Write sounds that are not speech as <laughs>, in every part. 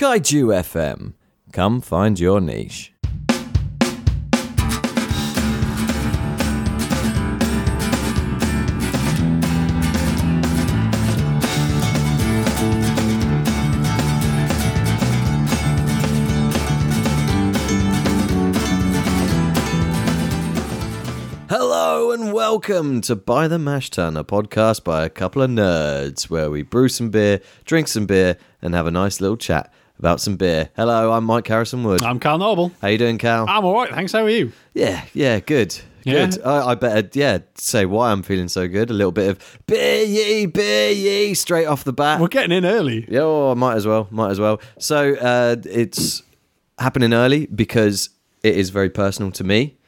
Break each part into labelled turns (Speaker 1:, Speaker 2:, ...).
Speaker 1: Kaiju FM. Come find your niche. Hello and welcome to Buy the Mash Tun, a podcast by a couple of nerds where we brew some beer, drink some beer, and have a nice little chat about some beer. Hello, I'm Mike Harrison Wood.
Speaker 2: I'm Carl Noble.
Speaker 1: How you doing, Cal?
Speaker 2: I'm all right, thanks. How are you?
Speaker 1: Yeah, yeah, good.
Speaker 2: uh, Yeah.
Speaker 1: Good. I, I better, yeah, say why I'm feeling so good. A little bit of beer ye, beer ye, straight off the bat.
Speaker 2: We're getting in early.
Speaker 1: Yeah, oh, I might as well, might as well. So uh, it's happening early because it is very personal to me.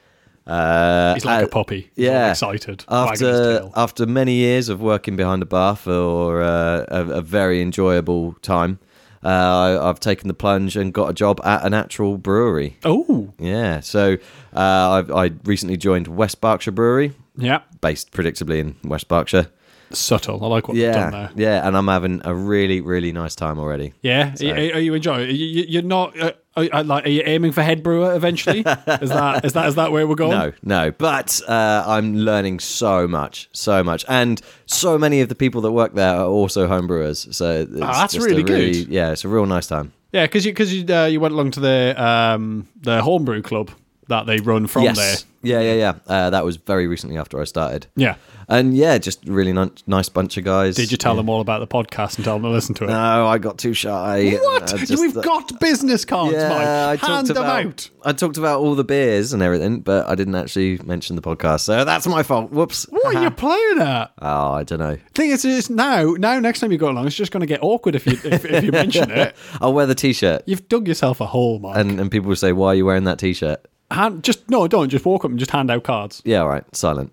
Speaker 1: Uh,
Speaker 2: He's like
Speaker 1: uh,
Speaker 2: a puppy. He's all
Speaker 1: Yeah,
Speaker 2: excited. wagging his
Speaker 1: After
Speaker 2: tail.
Speaker 1: after many years of working behind a bar for uh, a, a very enjoyable time, uh, I, I've taken the plunge and got a job at an actual brewery.
Speaker 2: oh,
Speaker 1: Yeah, so uh, I've, I recently joined West Berkshire Brewery,
Speaker 2: yeah.
Speaker 1: based predictably in West Berkshire.
Speaker 2: Subtle. I like what you've done
Speaker 1: Yeah,
Speaker 2: there.
Speaker 1: yeah, and I'm having a really, really nice time already.
Speaker 2: Yeah. Are, are you enjoying? It? Are you, you're not. Uh, are, are- like, are you aiming for head
Speaker 1: <laughs>
Speaker 2: brewer eventually? is that is that is that where we're going?
Speaker 1: No, no, but uh, I'm learning so much, so much, and so many of the people that work there are also homebrewers. So it's
Speaker 2: Ah, that's
Speaker 1: just a
Speaker 2: really good.
Speaker 1: Yeah, it's a real nice time.
Speaker 2: Yeah, because you because you uh, you went along to the um the homebrew club that they run from there.
Speaker 1: Yes, yeah, yeah, yeah. Uh, that was very recently after I started.
Speaker 2: Yeah.
Speaker 1: And yeah, just really ni- nice bunch of guys.
Speaker 2: Did you tell them all about the podcast and tell them to listen to it?
Speaker 1: No, I got too shy.
Speaker 2: what?
Speaker 1: I just-
Speaker 2: We've got business cards,
Speaker 1: Yeah, I
Speaker 2: Mike. Hand
Speaker 1: talked
Speaker 2: them
Speaker 1: about
Speaker 2: out.
Speaker 1: I talked about all the beers and everything, but I didn't actually mention the podcast, so that's my fault. Whoops.
Speaker 2: What are you playing at?
Speaker 1: Oh, I don't know.
Speaker 2: Thing is, is now, now next time you go along, it's just going to get awkward if you if, if
Speaker 1: <laughs>
Speaker 2: you mention it.
Speaker 1: I'll wear the t-shirt,
Speaker 2: You've dug yourself a hole, Mike.
Speaker 1: and and people will say, "Why are you wearing that t-shirt?"
Speaker 2: hand, just no, don't just walk up and just hand out cards.
Speaker 1: Yeah, all right. Silent.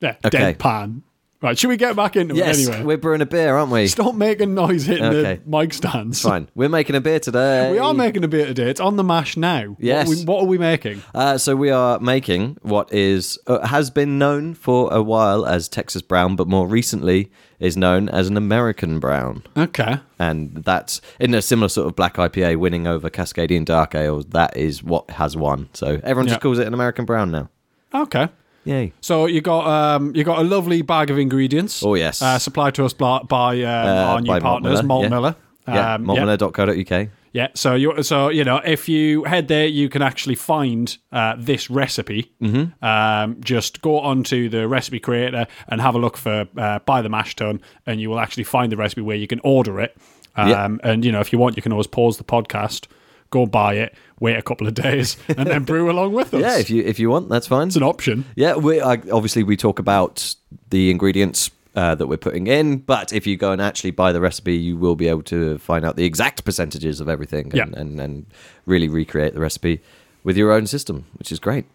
Speaker 2: Yeah,
Speaker 1: Okay.
Speaker 2: deadpan. Right, should we get back into
Speaker 1: Yes,
Speaker 2: it anyway?
Speaker 1: we're brewing a beer, aren't we?
Speaker 2: <laughs> Stop making noise hitting
Speaker 1: Okay.
Speaker 2: the mic stands.
Speaker 1: Fine. We're making a beer today.
Speaker 2: <laughs> We are making a beer today. It's on the mash now. What
Speaker 1: Yes.
Speaker 2: are we- What are we, making?
Speaker 1: Uh, so we are making what is uh, has been known for a while as Texas Brown, but more recently is known as an American Brown.
Speaker 2: Okay.
Speaker 1: and that's in a similar sort of black IPA winning over Cascadian Dark Ale. That is what has won. So everyone
Speaker 2: Yeah.
Speaker 1: just calls it an American Brown now.
Speaker 2: Okay.
Speaker 1: Yay!
Speaker 2: So you got um you got a lovely bag of ingredients.
Speaker 1: Oh, yes. Uh,
Speaker 2: Uh, supplied to us by, by um, our new
Speaker 1: by Malt
Speaker 2: partners,
Speaker 1: Miller,
Speaker 2: Malt
Speaker 1: yeah.
Speaker 2: Miller.
Speaker 1: Yeah,
Speaker 2: Um, yeah.
Speaker 1: maltmiller.co.uk.
Speaker 2: Yeah, so you so you know if you head there, you can actually find uh, this recipe. Mm-hmm. Um, just go onto the recipe creator and have a look for uh, buy the mash tun, and you will actually find the recipe where you can order it. Um,
Speaker 1: Yeah.
Speaker 2: And you know if you want, you can always pause the podcast, go buy it, wait a couple of
Speaker 1: <laughs>
Speaker 2: days, and then brew along with us.
Speaker 1: Yeah, if you if you want, that's fine.
Speaker 2: it's an option.
Speaker 1: Yeah, we I, obviously we talk about the ingredients uh, that we're putting in, but if you go and actually buy the recipe, you will be able to find out the exact percentages of everything and,
Speaker 2: Yeah.
Speaker 1: and, and really recreate the recipe with your own system, which is great.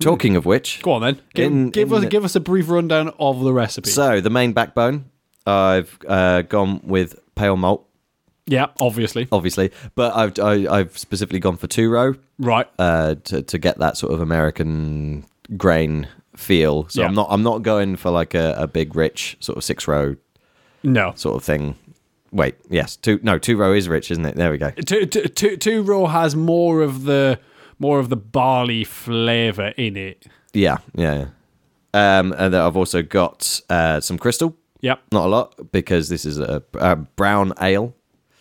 Speaker 1: Talking of which,
Speaker 2: Go on then, give,
Speaker 1: In-
Speaker 2: give
Speaker 1: in
Speaker 2: us
Speaker 1: the-
Speaker 2: give us a brief rundown of the recipe.
Speaker 1: So the main backbone, I've uh, gone with pale malt,
Speaker 2: yeah, obviously,
Speaker 1: obviously, but I've I, I've specifically gone for two row
Speaker 2: right?
Speaker 1: uh, to to get that sort of American grain feel. So
Speaker 2: Yeah.
Speaker 1: I'm not I'm not going for like a, a big rich sort of six row
Speaker 2: No,
Speaker 1: sort of thing. Wait, yes, two no two row is rich, isn't it? There we go.
Speaker 2: two, two, two, two raw has more of the more of the barley flavor in it.
Speaker 1: Yeah, yeah. yeah. Um, and then I've also got uh, some crystal.
Speaker 2: Yep.
Speaker 1: Not a lot because this is a, a brown ale.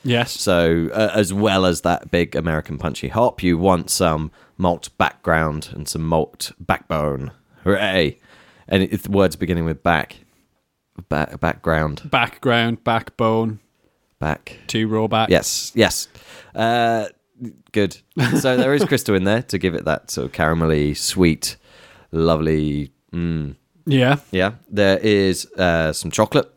Speaker 2: Yes.
Speaker 1: So, uh, as well as that big American punchy hop, you want some malt background and some malt backbone. Hooray! And it, the words beginning with back, back, background,
Speaker 2: Background, backbone,
Speaker 1: back.
Speaker 2: two raw back.
Speaker 1: Yes, yes. Uh, good. So there is crystal in there to give it that sort of caramelly, sweet, lovely. Mm.
Speaker 2: Yeah.
Speaker 1: Yeah, there is uh, some chocolate.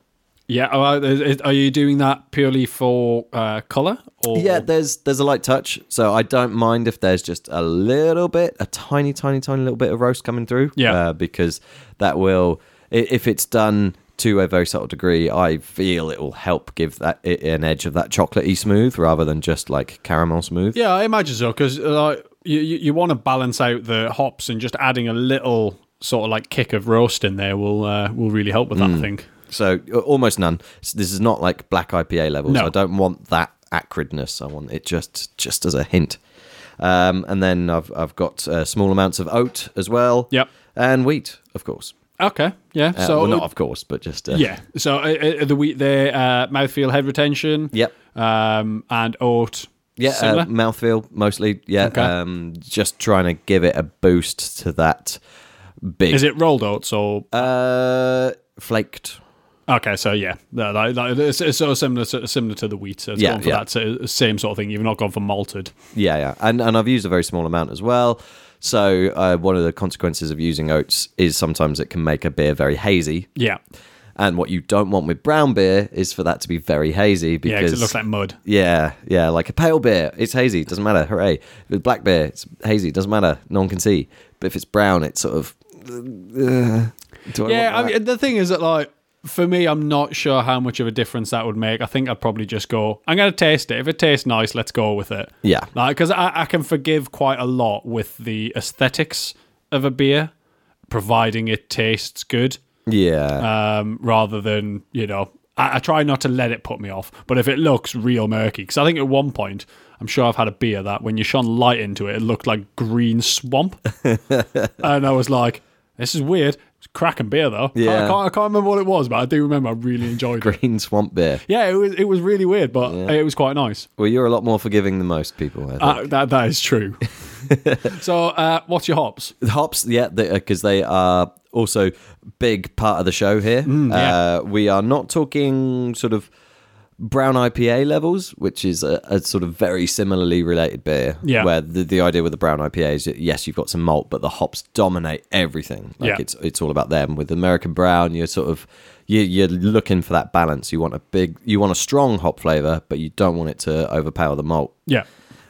Speaker 2: Yeah. Are, is- are you doing that purely for uh, color or?
Speaker 1: Yeah, there's there's a light touch, so I don't mind if there's just a little bit, a tiny, tiny, tiny little bit of roast coming through.
Speaker 2: Yeah.
Speaker 1: uh, because that will, i- if it's done to a very subtle degree, I feel it will help give that i an edge of that chocolatey smooth rather than just like caramel smooth.
Speaker 2: Yeah, I imagine so because like you you, you want to balance out the hops and just adding a little sort of like kick of roast in there will uh, will really
Speaker 1: Mm.
Speaker 2: help with that. I think.
Speaker 1: uh, So a- almost none. S- This is not like black IPA levels.
Speaker 2: No.
Speaker 1: I don't want that acridness. I want it just just as a hint. Um, and then I've I've got uh, small amounts of oat as well.
Speaker 2: Yep.
Speaker 1: And wheat, of course.
Speaker 2: Okay. Yeah.
Speaker 1: Uh,
Speaker 2: so
Speaker 1: well, not of course, but just uh,
Speaker 2: yeah. So uh, uh, the wheat there, uh, mouthfeel, head retention.
Speaker 1: Yep.
Speaker 2: Um, and oat.
Speaker 1: Yeah,
Speaker 2: Similar.
Speaker 1: uh, mouthfeel mostly. Yeah,
Speaker 2: Okay.
Speaker 1: um, just trying to give it a boost to that big
Speaker 2: Is it rolled oats or
Speaker 1: uh, flaked.
Speaker 2: okay? So yeah, No, like- like, it's, it's sort of similar to, similar to the wheat. So it's
Speaker 1: Yeah,
Speaker 2: gone for
Speaker 1: yeah.
Speaker 2: that sa- same sort of thing. You've not gone for malted.
Speaker 1: Yeah, yeah, and and I've used a very small amount as well. So uh, one of the consequences of using oats is sometimes it can make a beer very hazy.
Speaker 2: Yeah,
Speaker 1: And what you don't want with brown beer is for that to be very hazy
Speaker 2: yeah, because
Speaker 1: because
Speaker 2: it looks like mud.
Speaker 1: yeah, yeah, like a pale beer, it's hazy, doesn't matter. Hooray! With black beer, it's hazy, doesn't matter. No one can see. But if it's brown, it's sort of. uh, do I
Speaker 2: Yeah, I
Speaker 1: want that?
Speaker 2: mean, the thing is that like for me, I'm not sure how much of a difference that would make. I think I'd probably just go. I'm gonna taste it. If it tastes nice, let's go with it.
Speaker 1: Yeah.
Speaker 2: like because I, I can forgive quite a lot with the aesthetics of a beer, providing it tastes good.
Speaker 1: yeah.
Speaker 2: um, rather than you know I, I try not to let it put me off but if it looks real murky because i think at one point i'm sure i've had a beer that when you shone light into it it looked like green swamp and i was like this is weird it's cracking beer though I- I,
Speaker 1: Yeah.
Speaker 2: can't, I can't remember what it was but i do remember i really enjoyed it
Speaker 1: green swamp beer.
Speaker 2: yeah it was, it was really weird but it was quite nice
Speaker 1: Well, you're a lot more forgiving than most people. I think.
Speaker 2: uh, that, that is true so uh, what's your hops
Speaker 1: The hops, yeah, because they are also big part of the show here.
Speaker 2: Mm, yeah.
Speaker 1: uh, we are not talking sort of brown IPA levels, which is a, a sort of very similarly related beer.
Speaker 2: Yeah.
Speaker 1: Where the, the idea with the brown IPA is that, yes, you've got some malt, but the hops dominate everything. Like
Speaker 2: Yeah.
Speaker 1: it's it's all about them. With American brown, you're sort of you, you're looking for that balance. You want a big, you want a strong hop flavor, but you don't want it to overpower the malt.
Speaker 2: yeah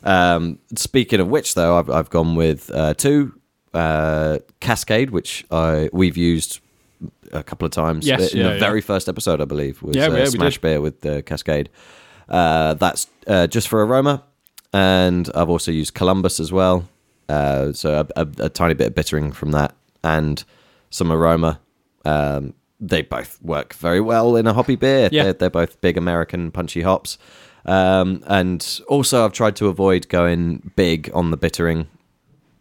Speaker 1: Um, speaking of which, though, I've, I've gone with uh, two uh, Cascade, which I we've used a couple of times.
Speaker 2: Yes,
Speaker 1: in
Speaker 2: yeah,
Speaker 1: the
Speaker 2: yeah.
Speaker 1: very first episode, I believe, was
Speaker 2: Yeah,
Speaker 1: uh,
Speaker 2: yeah, we
Speaker 1: Smash
Speaker 2: did.
Speaker 1: Beer with the Cascade. Uh, that's uh, just for aroma, and I've also used Columbus as well. Uh, so a, a, a tiny bit of bittering from that, and some aroma. Um, they both work very well in a hoppy beer.
Speaker 2: Yeah.
Speaker 1: They're, they're both big American punchy hops. Um, and also, I've tried to avoid going big on the bittering.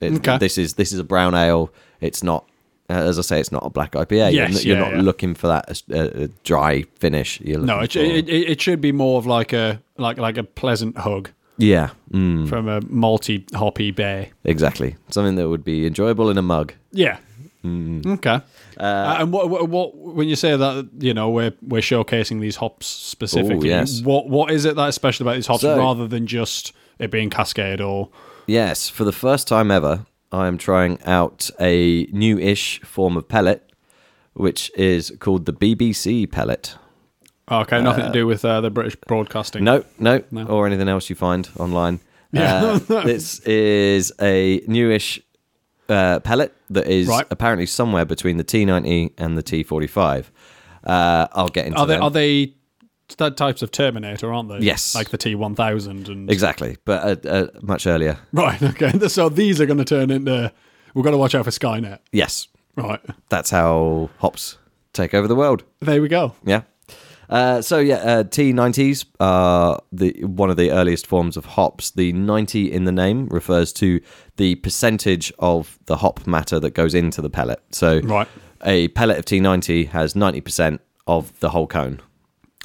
Speaker 1: It-
Speaker 2: Okay.
Speaker 1: This is this is a brown ale. It's not, uh, as I say, it's not a black IPA. you're,
Speaker 2: Yes,
Speaker 1: n- you're
Speaker 2: yeah,
Speaker 1: not
Speaker 2: yeah.
Speaker 1: looking for that uh, uh, dry finish. You're
Speaker 2: no
Speaker 1: looking
Speaker 2: it,
Speaker 1: for-
Speaker 2: it, it, it should be more of like a like like a pleasant hug
Speaker 1: yeah, mm,
Speaker 2: from a multi hoppy bay.
Speaker 1: exactly. Something that would be enjoyable in a mug.
Speaker 2: Yeah.
Speaker 1: Mm.
Speaker 2: Okay. Uh, and what, what what when you say that you know we're we're showcasing these hops specifically,
Speaker 1: yes.
Speaker 2: what what is it that's special about these hops
Speaker 1: So-
Speaker 2: rather than just it being Cascade or
Speaker 1: Yes, for the first time ever, I am trying out a new-ish form of pellet, which is called the BBC pellet.
Speaker 2: okay nothing to do with uh, the British broadcasting?
Speaker 1: No, no,
Speaker 2: No.
Speaker 1: or anything else you find online.
Speaker 2: <laughs> Yeah.
Speaker 1: Uh, this is a newish uh, pellet that is
Speaker 2: Right.
Speaker 1: apparently somewhere between the T90 and the T45. Uh, I'll get into
Speaker 2: Are they
Speaker 1: them.
Speaker 2: are they that types of Terminator, aren't they?
Speaker 1: Yes.
Speaker 2: Like the T one thousand and
Speaker 1: exactly, but uh, uh, much earlier.
Speaker 2: <laughs> right. Okay. <laughs> So these are going to turn into we've got to watch out for Skynet.
Speaker 1: Yes,
Speaker 2: Right.
Speaker 1: that's how hops take over the world.
Speaker 2: There we go.
Speaker 1: Yeah. Uh, so yeah, uh, T90s are the one of the earliest forms of hops. The 90 in the name refers to the percentage of the hop matter that goes into the pellet. So
Speaker 2: Right.
Speaker 1: a pellet of T90 has 90% of the whole cone.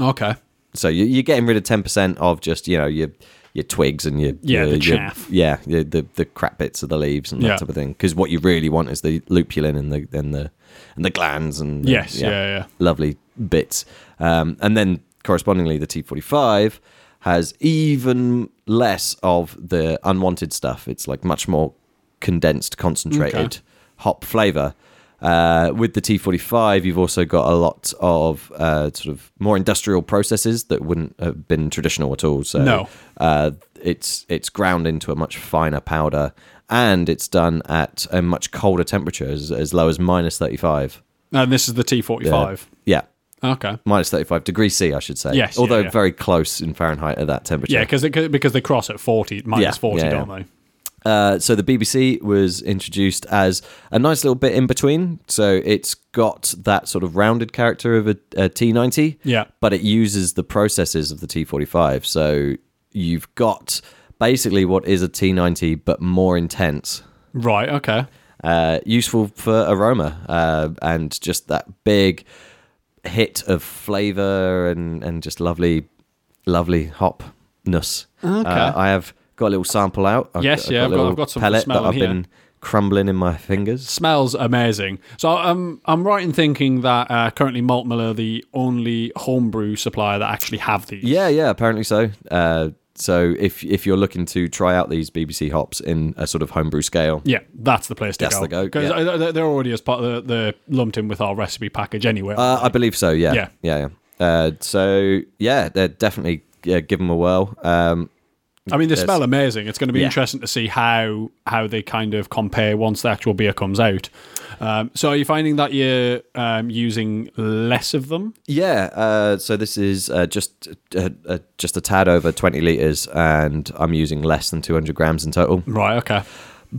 Speaker 2: Okay.
Speaker 1: So you, you're getting rid of 10% of just you know your your twigs and your
Speaker 2: Yeah,
Speaker 1: your,
Speaker 2: the
Speaker 1: your-
Speaker 2: chaff.
Speaker 1: yeah, your, the the crap bits of the leaves and that
Speaker 2: Yeah.
Speaker 1: type of thing. Because what you really want is the lupulin and the and the and the glands and the-
Speaker 2: Yes. Yeah. Yeah.
Speaker 1: lovely bits. Um, and then correspondingly, the T45 has even less of the unwanted stuff. It's like much more condensed, concentrated
Speaker 2: Okay.
Speaker 1: hop flavor. Uh, with the T45, you've also got a lot of uh, sort of more industrial processes that wouldn't have been traditional at all. So
Speaker 2: No.
Speaker 1: uh, it's it's ground into a much finer powder, and it's done at a much colder temperature, as, as low as minus 35.
Speaker 2: And this is the T forty five.
Speaker 1: Yeah,
Speaker 2: Okay.
Speaker 1: minus 35 degrees C, I should say.
Speaker 2: Yes, yeah,
Speaker 1: Although
Speaker 2: yeah.
Speaker 1: very close in Fahrenheit at that temperature.
Speaker 2: Yeah, because they, because they cross at forty minus
Speaker 1: Yeah,
Speaker 2: forty,
Speaker 1: yeah,
Speaker 2: don't
Speaker 1: yeah.
Speaker 2: they?
Speaker 1: Uh, so the BBC was introduced as a nice little bit in between. So it's got that sort of rounded character of a a T90.
Speaker 2: Yeah.
Speaker 1: But it uses the processes of the T45. So you've got basically what is a T90 but more intense.
Speaker 2: Right. Okay.
Speaker 1: Uh, useful for aroma uh, and just that big hit of flavor and, and just lovely, lovely hopness.
Speaker 2: Okay.
Speaker 1: Uh, I have got a little sample out. I've
Speaker 2: Yes, yeah, I've
Speaker 1: a
Speaker 2: got-
Speaker 1: little
Speaker 2: I've got some for
Speaker 1: pellet that
Speaker 2: smelling
Speaker 1: I've
Speaker 2: here.
Speaker 1: been crumbling in my fingers.
Speaker 2: Smells amazing. So um, I'm right in thinking that uh, currently Malt Mill are the only homebrew supplier that actually have these.
Speaker 1: Yeah, yeah, apparently so. Uh, so if if you're looking to try out these BBC hops in a sort of homebrew scale,
Speaker 2: Yeah, that's the place to
Speaker 1: That's
Speaker 2: go.
Speaker 1: the go,
Speaker 2: Because
Speaker 1: yeah.
Speaker 2: they're already as part of the, the lumped in with our recipe package anyway.
Speaker 1: Uh, I believe so. Yeah.
Speaker 2: Yeah.
Speaker 1: Yeah. yeah. Uh, so yeah, they're definitely yeah, give them a whirl. Um,
Speaker 2: I mean, they
Speaker 1: there's-
Speaker 2: smell amazing. It's going to be
Speaker 1: Yeah.
Speaker 2: interesting to see how how they kind of compare once the actual beer comes out. Um, so are you finding that you're um, using less of them?
Speaker 1: yeah. Uh, so this is uh, just uh, uh, just a tad over twenty liters, and I'm using less than two hundred grams in total.
Speaker 2: Right. Okay.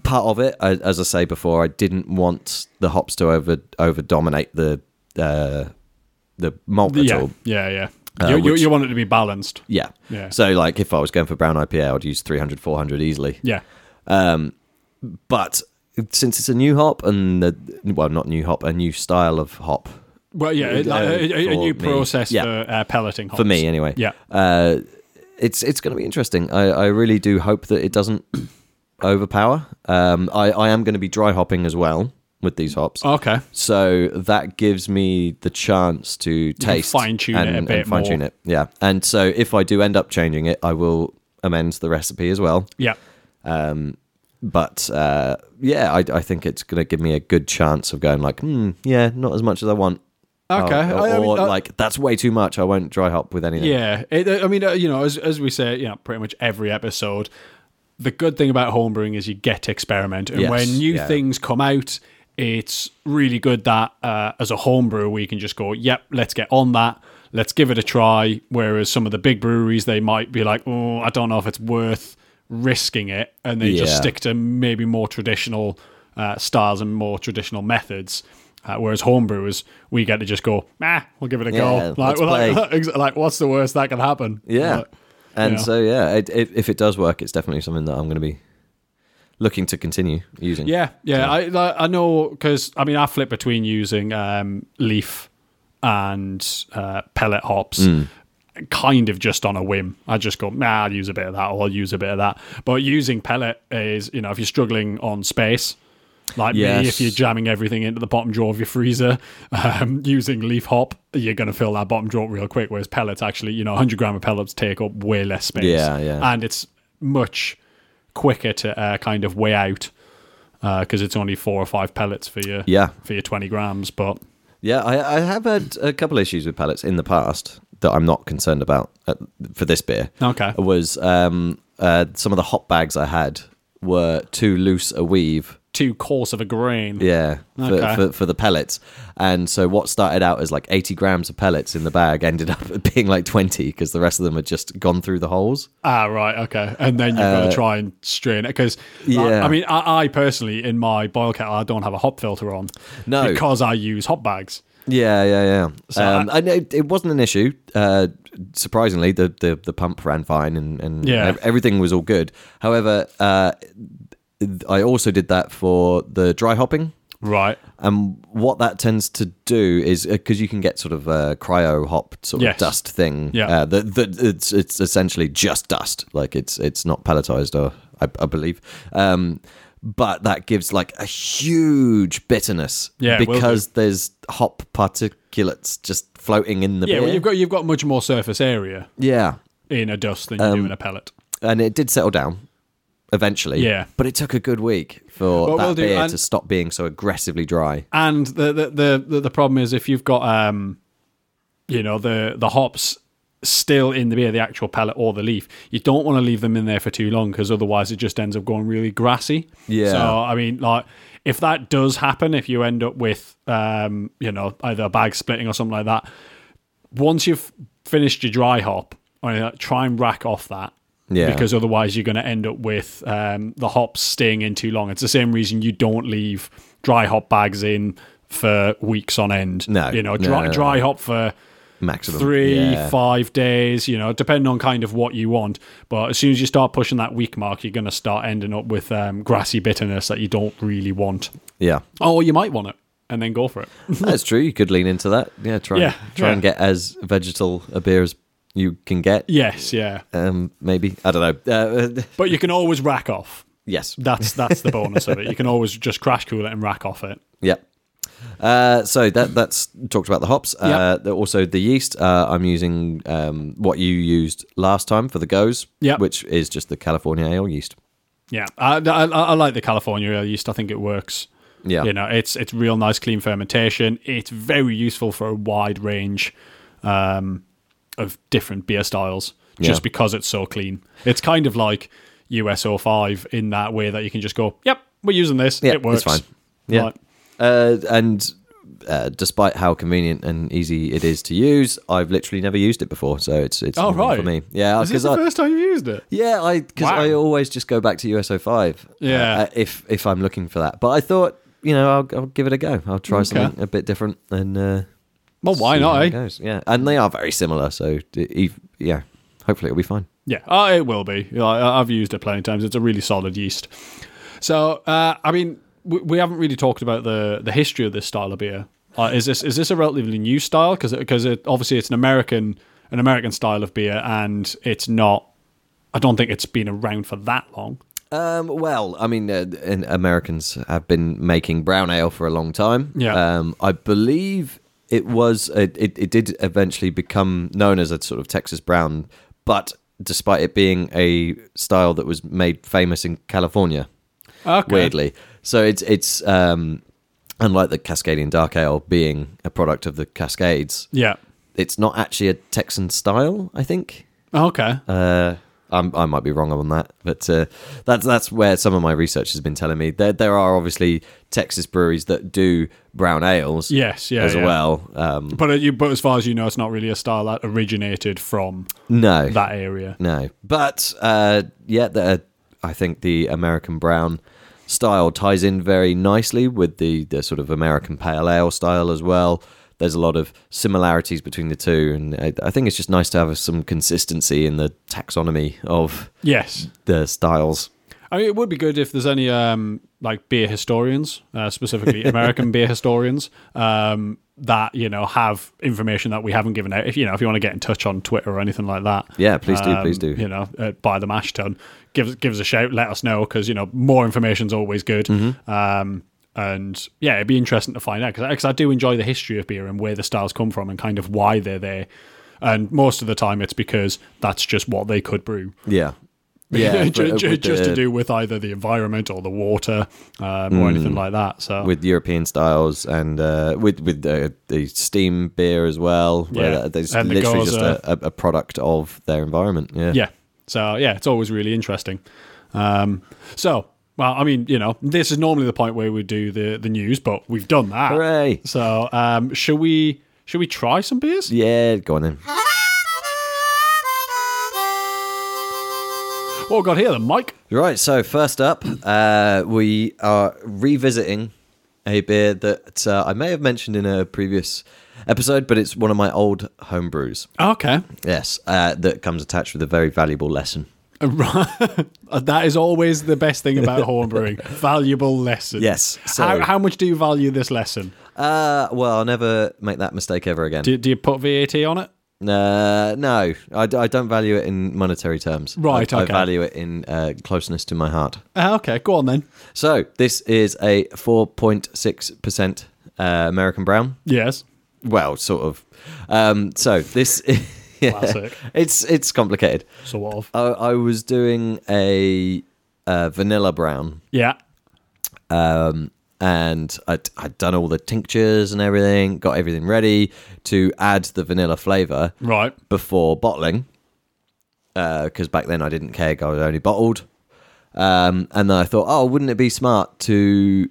Speaker 1: Part of it, I, as I say before, I didn't want the hops to over over dominate the uh, the malt at
Speaker 2: yeah.
Speaker 1: all.
Speaker 2: Yeah. Yeah.
Speaker 1: Uh,
Speaker 2: you, you-
Speaker 1: which-
Speaker 2: you want it to be balanced.
Speaker 1: Yeah.
Speaker 2: Yeah.
Speaker 1: So like, if I was going for brown IPA, I'd use 300, 400 easily.
Speaker 2: Yeah.
Speaker 1: But since it's a new hop and the well, not new hop, a new style of hop
Speaker 2: Well, yeah, it- like,
Speaker 1: Uh,
Speaker 2: a, a- a
Speaker 1: for me.
Speaker 2: new process
Speaker 1: Yeah.
Speaker 2: for uh, pelleting hops.
Speaker 1: for me anyway.
Speaker 2: Yeah.
Speaker 1: Uh, it's it's going to be interesting. I, I really do hope that it doesn't <clears throat> overpower. Um, I, I am going to be dry hopping as well with these hops.
Speaker 2: Okay.
Speaker 1: So that gives me the chance to taste
Speaker 2: fine-tune it a bit
Speaker 1: fine tune
Speaker 2: more.
Speaker 1: it. Yeah. And so if I do end up changing it, I will amend the recipe as well.
Speaker 2: Yeah.
Speaker 1: Um, but uh, yeah, I, I think it's going to give me a good chance of going like, hmm, yeah, not as much as I want.
Speaker 2: Okay.
Speaker 1: Or, or,
Speaker 2: I- I mean, uh, I-
Speaker 1: like, that's way too much. I won't dry hop with anything.
Speaker 2: Yeah, it, I mean, uh, you know, as as we say, you know, pretty much every episode. The good thing about homebrewing is you get to experiment, and
Speaker 1: Yes,
Speaker 2: when new
Speaker 1: yeah.
Speaker 2: things come out, it's really good that uh, as a home brewer we can just go, "Yep, let's get on that." Let's give it a try. Whereas some of the big breweries, they might be like, "Oh, I don't know if it's worth risking it," and they just
Speaker 1: Yeah.
Speaker 2: stick to maybe more traditional uh, styles and more traditional methods. Uh, whereas homebrewers, we get to just go, "Ah, we'll give it a
Speaker 1: Yeah,
Speaker 2: go." Like,
Speaker 1: let's
Speaker 2: we're like, <laughs>
Speaker 1: play.
Speaker 2: Exa- like what's the worst that can happen
Speaker 1: Yeah.
Speaker 2: Like,
Speaker 1: and
Speaker 2: yeah.
Speaker 1: so, yeah, it, if, if it does work, it's definitely something that I'm going to be looking to continue using.
Speaker 2: yeah yeah i like, i know because i mean i flip between using um leaf and uh pellet hops
Speaker 1: Hmm.
Speaker 2: kind of just on a whim i just go nah i'll use a bit of that or i'll use a bit of that but using pellet is you know if you're struggling on space like me, if
Speaker 1: Yes.
Speaker 2: you're jamming everything into the bottom drawer of your freezer, <laughs> um, using leaf hop, you're going to fill that bottom drawer real quick. Whereas pellets, actually, you know, 100 gram of pellets take up way less space.
Speaker 1: Yeah, yeah.
Speaker 2: And it's much quicker to uh, kind of weigh out because Uh, it's only four or five pellets for your
Speaker 1: Yeah.
Speaker 2: for your 20 grams. But
Speaker 1: Yeah, I, I have had a couple issues with pellets in the past that I'm not concerned about uh, for this beer.
Speaker 2: okay,
Speaker 1: Was um, uh, some of the hot bags I had were too loose a weave
Speaker 2: too coarse of a grain.
Speaker 1: Yeah, for,
Speaker 2: Okay.
Speaker 1: for, for the pellets. And so what started out as like 80 grams of pellets in the bag ended up <laughs> being like 20 because the rest of them had just gone through the holes.
Speaker 2: Ah, right, okay. And then you've got to try and strain it because
Speaker 1: Uh, yeah.
Speaker 2: I, mean, I, I personally in my boil kettle I don't have a hop filter on.
Speaker 1: No.
Speaker 2: because I use hop bags.
Speaker 1: Yeah, yeah, yeah. um, and it, it wasn't an issue. Uh, surprisingly, the, the, the pump ran fine and, and
Speaker 2: Yeah.
Speaker 1: ev- everything was all good. However, uh, th- I also did that for the dry hopping.
Speaker 2: Right.
Speaker 1: And what that tends to do is because you can get sort of a cryo hop sort
Speaker 2: Yes.
Speaker 1: of dust thing.
Speaker 2: Yeah.
Speaker 1: Uh, that, that it's it's essentially just dust. Like it's it's not pelletized, or I, I believe. Um, but that gives like a huge bitterness.
Speaker 2: Yeah, it will
Speaker 1: Because there's hop particulates just floating in the
Speaker 2: Yeah,
Speaker 1: beer.
Speaker 2: well, you've got you've got much more surface area
Speaker 1: yeah.
Speaker 2: in a dust than you
Speaker 1: Um,
Speaker 2: do in a pellet.
Speaker 1: And it did settle down eventually.
Speaker 2: Yeah.
Speaker 1: But it took a good week for
Speaker 2: What
Speaker 1: that
Speaker 2: we'll do-
Speaker 1: beer
Speaker 2: and-
Speaker 1: to stop being so aggressively dry.
Speaker 2: And the the, the the the problem is if you've got um, you know the the hops still in the beer, the actual pellet or the leaf, you don't want to leave them in there for too long because otherwise it just ends up going really grassy.
Speaker 1: Yeah.
Speaker 2: So I mean, like if that does happen, if you end up with um, you know either a bag splitting or something like that, once you've finished your dry hop, I mean, like, try and rack off that.
Speaker 1: Yeah.
Speaker 2: Because otherwise, you're going to end up with um, the hops staying in too long. It's the same reason you don't leave dry hop bags in for weeks on end.
Speaker 1: No,
Speaker 2: You know,
Speaker 1: no,
Speaker 2: dry,
Speaker 1: no, no.
Speaker 2: dry hop for
Speaker 1: maximum.
Speaker 2: three,
Speaker 1: Yeah.
Speaker 2: five days, you know, depending on kind of what you want. But as soon as you start pushing that week mark, you're going to start ending up with um, grassy bitterness that you don't really want.
Speaker 1: Yeah.
Speaker 2: Or you might want it and then go for it.
Speaker 1: That's true. You could lean into that. Yeah, try
Speaker 2: Yeah,
Speaker 1: try
Speaker 2: yeah.
Speaker 1: and get as vegetal a beer as you can get.
Speaker 2: yes, yeah.
Speaker 1: Um, maybe I don't know. Uh, <laughs>
Speaker 2: But you can always rack off.
Speaker 1: yes.
Speaker 2: That's that's the bonus of it. You can always just crash cool it and rack off it.
Speaker 1: Yeah. Uh, so that that's talked about the hops. Uh, there- Also the yeast. Uh, I'm using um, what you used last time for the goes.
Speaker 2: Yep.
Speaker 1: Which is just the California ale yeast.
Speaker 2: Yeah, I, I, I like the California ale yeast. I think it works.
Speaker 1: Yeah.
Speaker 2: You know, it's it's real nice, clean fermentation. It's very useful for a wide range um, of different beer styles, just
Speaker 1: Yeah.
Speaker 2: because it's so clean. It's kind of like USO five in that way that you can just go, "Yep, we're using this.
Speaker 1: Yeah,
Speaker 2: it works."
Speaker 1: it's fine. Yeah.
Speaker 2: Like,
Speaker 1: Uh, and uh, despite how convenient and easy it is to use, I've literally never used it before. So it's it's
Speaker 2: Oh,
Speaker 1: new one for me.
Speaker 2: right.
Speaker 1: Yeah.
Speaker 2: is
Speaker 1: Because
Speaker 2: this the
Speaker 1: Uh, I
Speaker 2: first time you used it?
Speaker 1: Yeah, I because
Speaker 2: Wow.
Speaker 1: I always just go back to USO five.
Speaker 2: Yeah.
Speaker 1: uh, if if I'm looking for that, but I thought you know I'll, I'll give it a go. I'll try
Speaker 2: Okay.
Speaker 1: something a bit different and uh,
Speaker 2: Well, why
Speaker 1: see how
Speaker 2: not?
Speaker 1: it
Speaker 2: eh?
Speaker 1: goes. Yeah, and they are very similar, so d- ev- yeah, hopefully it'll be fine.
Speaker 2: Yeah, oh, it will be. Yeah, I- I've used it plenty of times. It's a really solid yeast. So, uh, I mean, we, we haven't really talked about the the history of this style of beer. Uh, is this is this a relatively new style? Because because it, obviously it's an American an American style of beer, and it's not. I don't think it's been around for that long.
Speaker 1: Um, well, I mean, uh, and Americans have been making brown ale for a long time.
Speaker 2: Yeah.
Speaker 1: Um, I believe it was, it, it, it did eventually become known as a sort of Texas brown, but despite it being a style that was made famous in California,
Speaker 2: Okay.
Speaker 1: weirdly. So it's, it's, um, unlike the Cascadian dark ale being a product of the Cascades,
Speaker 2: Yeah.
Speaker 1: it's not actually a Texan style, I think.
Speaker 2: Okay.
Speaker 1: Uh, I'm, I might be wrong on that, but uh, that's that's where some of my research has been telling me. There there are obviously Texas breweries that do brown ales,
Speaker 2: Yes. Yeah.
Speaker 1: as
Speaker 2: yeah.
Speaker 1: well. Um,
Speaker 2: But uh, you, but as far as you know, it's not really a style that originated from
Speaker 1: no,
Speaker 2: that area.
Speaker 1: no, but uh, yeah, the, I think the American brown style ties in very nicely with the the sort of American pale ale style as well. There's a lot of similarities between the two, and I, I think it's just nice to have some consistency in the taxonomy of
Speaker 2: Yes.
Speaker 1: the styles.
Speaker 2: I mean, it would be good if there's any um, like beer historians, uh, specifically
Speaker 1: <laughs>
Speaker 2: American beer historians, um, that you know have information that we haven't given out. If you know, if you want to get in touch on Twitter or anything like that,
Speaker 1: Yeah, please do, please do.
Speaker 2: You know, uh, buy the mash ton. Give us give us a shout. Let us know because you know more information's always good.
Speaker 1: Mm-hmm.
Speaker 2: Um, and yeah, it'd be interesting to find out because I do enjoy the history of beer and where the styles come from and kind of why they're there. And most of the time, it's because that's just what they could brew.
Speaker 1: Yeah. <laughs> Yeah,
Speaker 2: <laughs> Ju-
Speaker 1: but, uh,
Speaker 2: ju-
Speaker 1: with
Speaker 2: just
Speaker 1: the-
Speaker 2: to do with either the environment or the water um, or anything like that. So
Speaker 1: Mm. with European styles and uh, with with the, the steam beer as well. Where
Speaker 2: Yeah.
Speaker 1: that- that's
Speaker 2: And the
Speaker 1: literally just
Speaker 2: Goza.
Speaker 1: a, a, a product of their environment. Yeah,
Speaker 2: yeah, so yeah, it's always really interesting. Um, so well, I mean, you know, this is normally the point where we do the the news, but we've done that.
Speaker 1: Hooray!
Speaker 2: So um, should we should we try some beers?
Speaker 1: Yeah, go on then.
Speaker 2: Oh God, here the mic.
Speaker 1: Right. So first up, uh, we are revisiting a beer that uh, I may have mentioned in a previous episode, but it's one of my old home brews.
Speaker 2: Okay, <laughs>
Speaker 1: Yes, uh, that comes attached with a very valuable lesson.
Speaker 2: Right. that is always the best thing
Speaker 1: <laughs>
Speaker 2: about home brewing. Valuable lesson.
Speaker 1: Yes, so-
Speaker 2: how, how much do you value this lesson?
Speaker 1: Uh, well, I'll never make that mistake ever again.
Speaker 2: Do, do you put VAT on it?
Speaker 1: Uh, no, I, d- I don't value it in monetary terms.
Speaker 2: Right,
Speaker 1: I, I
Speaker 2: okay.
Speaker 1: value it in uh, closeness to my heart.
Speaker 2: Ah, Okay, go on then.
Speaker 1: So this is a 4.6% uh, American brown.
Speaker 2: Yes.
Speaker 1: Well, sort of. Um, so this, <laughs>
Speaker 2: Classic.
Speaker 1: it's it's complicated.
Speaker 2: So what of?
Speaker 1: I, I was doing a uh, vanilla brown,
Speaker 2: Yeah.
Speaker 1: um, and I'd, I'd done all the tinctures and everything, got everything ready to add the vanilla flavor.
Speaker 2: Right.
Speaker 1: before bottling because back then I didn't keg, I was only bottled. Um, and then I thought, oh, wouldn't it be smart to